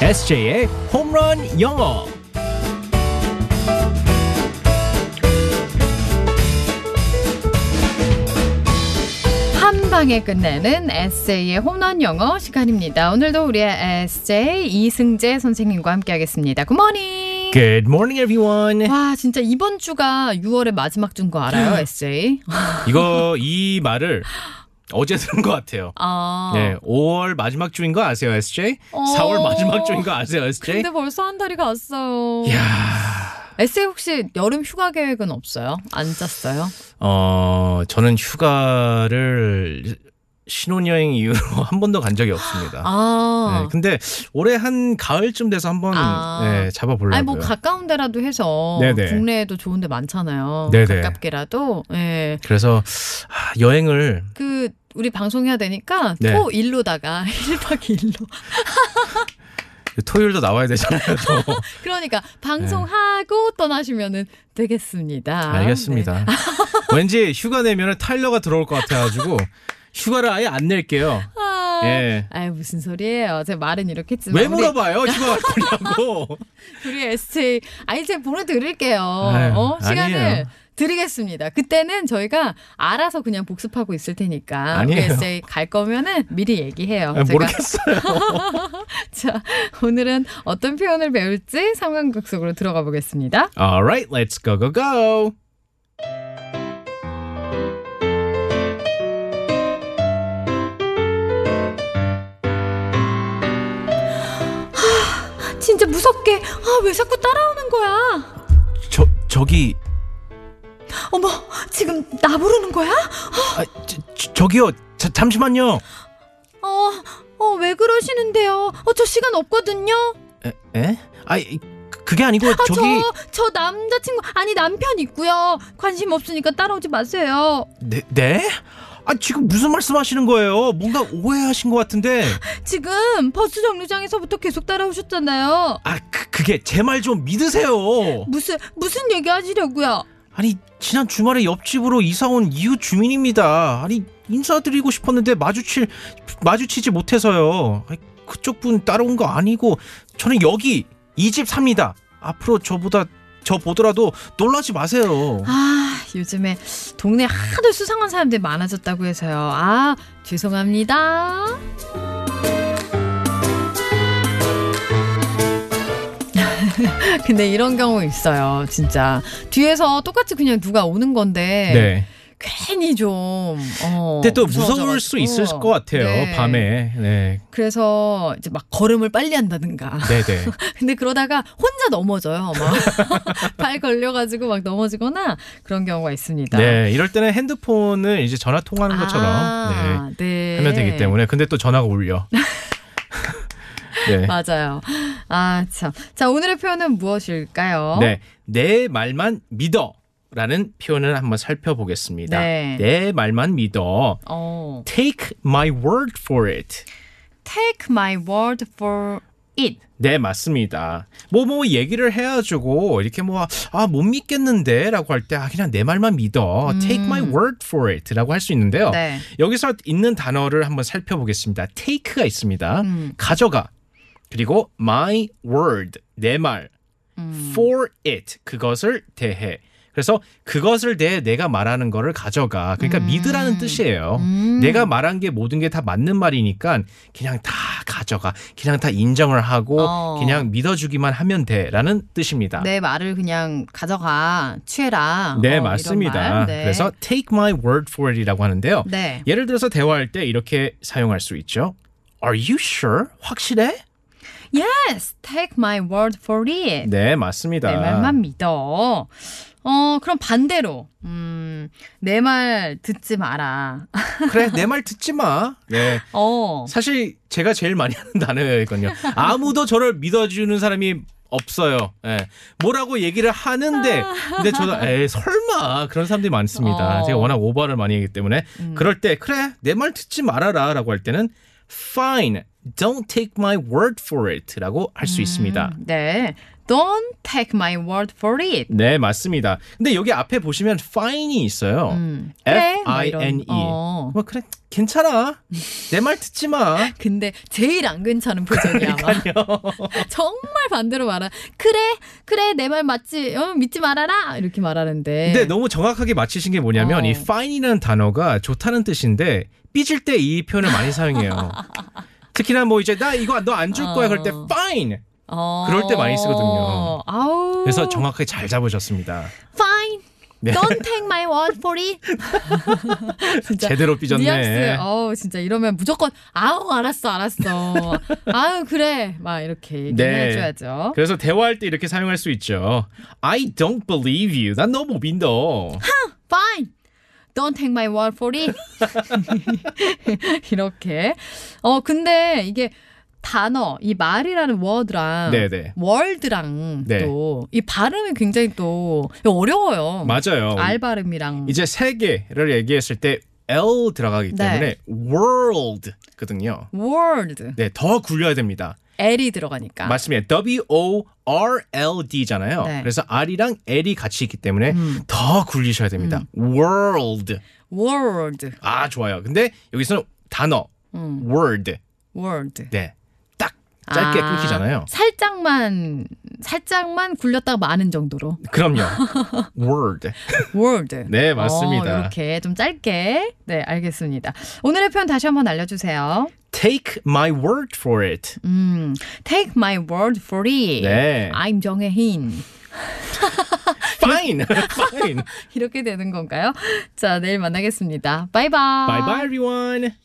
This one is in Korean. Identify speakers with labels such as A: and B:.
A: SJ의 홈런 영어.
B: 한 방에 끝내는 에세이의 홈런 영어 시간입니다. 오늘도 우리의 에세이 이승재 선생님과 함께하겠습니다. 굿모닝.
A: Good morning, everyone.
B: 와 진짜 이번 주가 6월의 마지막 주인 거
A: 네.
B: 알아요, 에세이?
A: 이거 이 말을 어제 들은 것 같아요.
B: 아.
A: 네, 5월 마지막 주인 거 아세요, SJ?
B: 어.
A: 4월 마지막 주인 거 아세요, SJ?
B: 근데 뭐. 벌써 한 달이 갔어요.
A: 이야,
B: 에세이 혹시 여름 휴가 계획은 없어요? 안 짰어요?
A: 어, 저는 휴가를 신혼여행 이후로 한 번도 간 적이 없습니다.
B: 아.
A: 네, 근데 올해 한 가을쯤 돼서 한번
B: 아.
A: 네, 잡아보려고요.
B: 아니 뭐 가까운 데라도 해서
A: 네네.
B: 국내에도 좋은 데 많잖아요.
A: 네네.
B: 가깝게라도. 예.
A: 그래서 아, 여행을
B: 그 우리 방송해야 되니까
A: 네.
B: 토 일로다가 1박 이일로
A: 토요일도 나와야 되잖아요. 또.
B: 그러니까 방송하고 떠나시면은 되겠습니다. 네.
A: 알겠습니다. 왠지 휴가 내면은 타일러가 들어올 것 같아가지고 휴가를 아예 안 낼게요.
B: 네. 아,
A: 예.
B: 아유 무슨 소리예요. 제 말은 이렇게 했지만
A: 왜
B: 우리-
A: 물어봐요? 휴가 갈 거냐고.
B: 우리 SJ 아이 제 보내드릴게요.
A: 아유,
B: 어? 시간을
A: 아니에요.
B: 드리겠습니다. 그때는 저희가 알아서 그냥 복습하고 있을 테니까
A: 아니에요.
B: 우리 SJ 갈 거면은 미리 얘기해요.
A: 아,
B: 제가
A: 모르겠어요.
B: 자 오늘은 어떤 표현을 배울지 상황극 속으로 들어가 보겠습니다.
A: Alright, let's go go go.
B: 진짜 무섭게 아 왜 자꾸 따라오는 거야?
A: 저 저기
B: 어머, 지금 나 부르는 거야?
A: 아, 저, 기요 잠시만요.
B: 어, 어, 왜 그러시는데요? 어, 저 시간 없거든요?
A: 에? 에? 아 이- 그게 아니고
B: 아,
A: 저기
B: 저, 저 남자친구, 아니, 남편 있고요. 관심 없으니까 따라오지 마세요.
A: 네, 네? 아 지금 무슨 말씀하시는 거예요? 뭔가 오해하신 것 같은데.
B: 지금 버스 정류장에서부터 계속 따라오셨잖아요.
A: 아 그, 그게 제 말 좀 믿으세요.
B: 무슨, 무슨 얘기 하시려고요?
A: 아니 지난 주말에 옆집으로 이사 온 이웃 주민입니다. 아니 인사드리고 싶었는데 마주칠 마주치지 못해서요. 아니, 그쪽 분 따라온 거 아니고 저는 여기 이 집 삽니다. 앞으로 저보다 저 보더라도 놀라지 마세요.
B: 아, 요즘에 동네 하도 수상한 사람들이 많아졌다고 해서요. 아, 죄송합니다. 근데 이런 경우 있어요, 진짜. 뒤에서 똑같이 그냥 누가 오는 건데. 괜히 좀. 네. 어,
A: 네. 근데 또
B: 무서워져가지고.
A: 무서울 수 있을 것 같아요.
B: 네.
A: 밤에. 네.
B: 그래서 이제 막 걸음을 빨리 한다든가.
A: 네, 네.
B: 근데 그러다가 혼자 넘어져요. 막 발 걸려가지고 막 넘어지거나 그런 경우가 있습니다.
A: 네. 이럴 때는 핸드폰을 이제 전화 통화하는 것처럼
B: 아,
A: 네,
B: 네.
A: 하면 되기 때문에 근데 또 전화가 울려. 네.
B: 맞아요. 아, 참. 자, 오늘의 표현은 무엇일까요?
A: 네, 내 말만 믿어라는 표현을 한번 살펴보겠습니다.
B: 네.
A: 내 말만 믿어.
B: 어,
A: Take my word for it.
B: take my word for it.
A: 네, 맞습니다. 뭐, 뭐, 얘기를 해가지고, 이렇게 뭐, 아, 못 믿겠는데? 라고 할 때, 아, 그냥 내 말만 믿어. Take my word for it. 라고 할 수 있는데요.
B: 음. 네.
A: 여기서 있는 단어를 한번 살펴보겠습니다. take가 있습니다.
B: 음.
A: 가져가. 그리고 my word 내 말.
B: 음.
A: for it 그것을 대해. 그래서 그것을 대해 내가 말하는 거를 가져가. 그러니까
B: 음.
A: 믿으라는 뜻이에요. 내가 말한 게 모든 게 다 맞는 말이니까 그냥 다 가져가. 그냥 다 인정을 하고
B: 어.
A: 그냥 믿어주기만 하면 돼라는 뜻입니다.
B: 내 말을 그냥 가져가, 취해라. 어,
A: 네,
B: 이런
A: 맞습니다.
B: 말. 네.
A: 그래서 take my word for it이라고 하는데요.
B: 네.
A: 예를 들어서 대화할 때 이렇게 사용할 수 있죠. Are you sure? 확실해?
B: Yes, take my word for it.
A: 네, 맞습니다.
B: 내 말만 믿어. 어, 그럼 반대로. 음, 내 말 듣지 마라.
A: 그래, 내 말 듣지 마. 네.
B: 어.
A: 사실 제가 제일 많이 하는 단어거든요. 아무도 저를 믿어주는 사람이 없어요. 예. 뭐라고 얘기를 하는데, 근데 저도 에 설마 그런 사람들이 많습니다.
B: 아. 어. 음.
A: 제가 워낙 오버를 많이 하기 때문에 그럴 때 그래 내 말 듣지 말아라라고 할 때는 fine don't take my word for it라고 할
B: 음.
A: 수 있습니다.
B: 네. Don't take my word for it.
A: 네, 맞습니다. 근데 여기 앞에 보시면 fine이 있어요.
B: 그래,
A: F
B: 뭐
A: I
B: 이런.
A: N E.
B: 어.
A: 뭐 그래 괜찮아. 내 말 듣지 마.
B: 근데 제일 안 괜찮은 표정이야. 아마. 정말 반대로 말하. 그래, 그래, 내 말 맞지. 어, 믿지 말아라. 이렇게 말하는데.
A: 근데 너무 정확하게 맞히신 게 뭐냐면
B: 네.
A: 이
B: 어.
A: fine이라는 단어가 좋다는 뜻인데 삐질 때 이 표현을 많이 사용해요. 특히나 뭐 이제 나 이거 너 안 줄 거야 그럴 때
B: 어.
A: fine.
B: 어.
A: 그럴 때 많이 쓰거든요.
B: 아우.
A: 그래서 정확하게 잘 잡으셨습니다.
B: Fine.
A: 네.
B: Don't take my word for it. 진짜
A: 제대로 삐졌네.
B: 뉘앙스. 어우, 진짜 이러면 무조건 아우 알았어, 알았어. 아우 그래. 막 이렇게
A: 네.
B: 얘기해 줘야죠.
A: 그래서 대화할 때 이렇게 사용할 수 있죠. I don't believe you. 난 너 못 믿어.
B: Fine. Don't take my word for it. 이렇게. 어, 근데 이게 단어, 이 말이라는 워드랑
A: 네네.
B: 월드랑
A: 네.
B: 또 이 발음이 굉장히 또 어려워요.
A: 맞아요.
B: 알 발음이랑
A: 이제 세 개를 얘기했을 때 L 들어가기
B: 네.
A: 때문에 world거든요.
B: 월드,
A: 네, 더 굴려야 됩니다.
B: L이 들어가니까.
A: 맞습니다. W O R L D잖아요.
B: 아. 네. 음.
A: 그래서 R이랑 L이 같이 있기 때문에 더 굴리셔야 됩니다. world.
B: 월드,
A: 아, 좋아요. 근데 여기서는 단어
B: 음.
A: word.
B: 월드.
A: 네. 딱 짧게
B: 아,
A: 끊기잖아요.
B: 살짝만 살짝만 굴렸다가 마는 정도로.
A: 그럼요. word.
B: 월드.
A: 네, 맞습니다.
B: 어, 이렇게 좀 짧게. 네, 알겠습니다. 오늘의 표현 다시 한번 알려주세요.
A: Take my word for it.
B: 음, 아, take my word for it.
A: 네.
B: I'm 정혜인.
A: Fine. Fine.
B: 아. 이렇게 되는 건가요? 자, 내일 만나겠습니다. 바이바이.
A: bye bye everyone.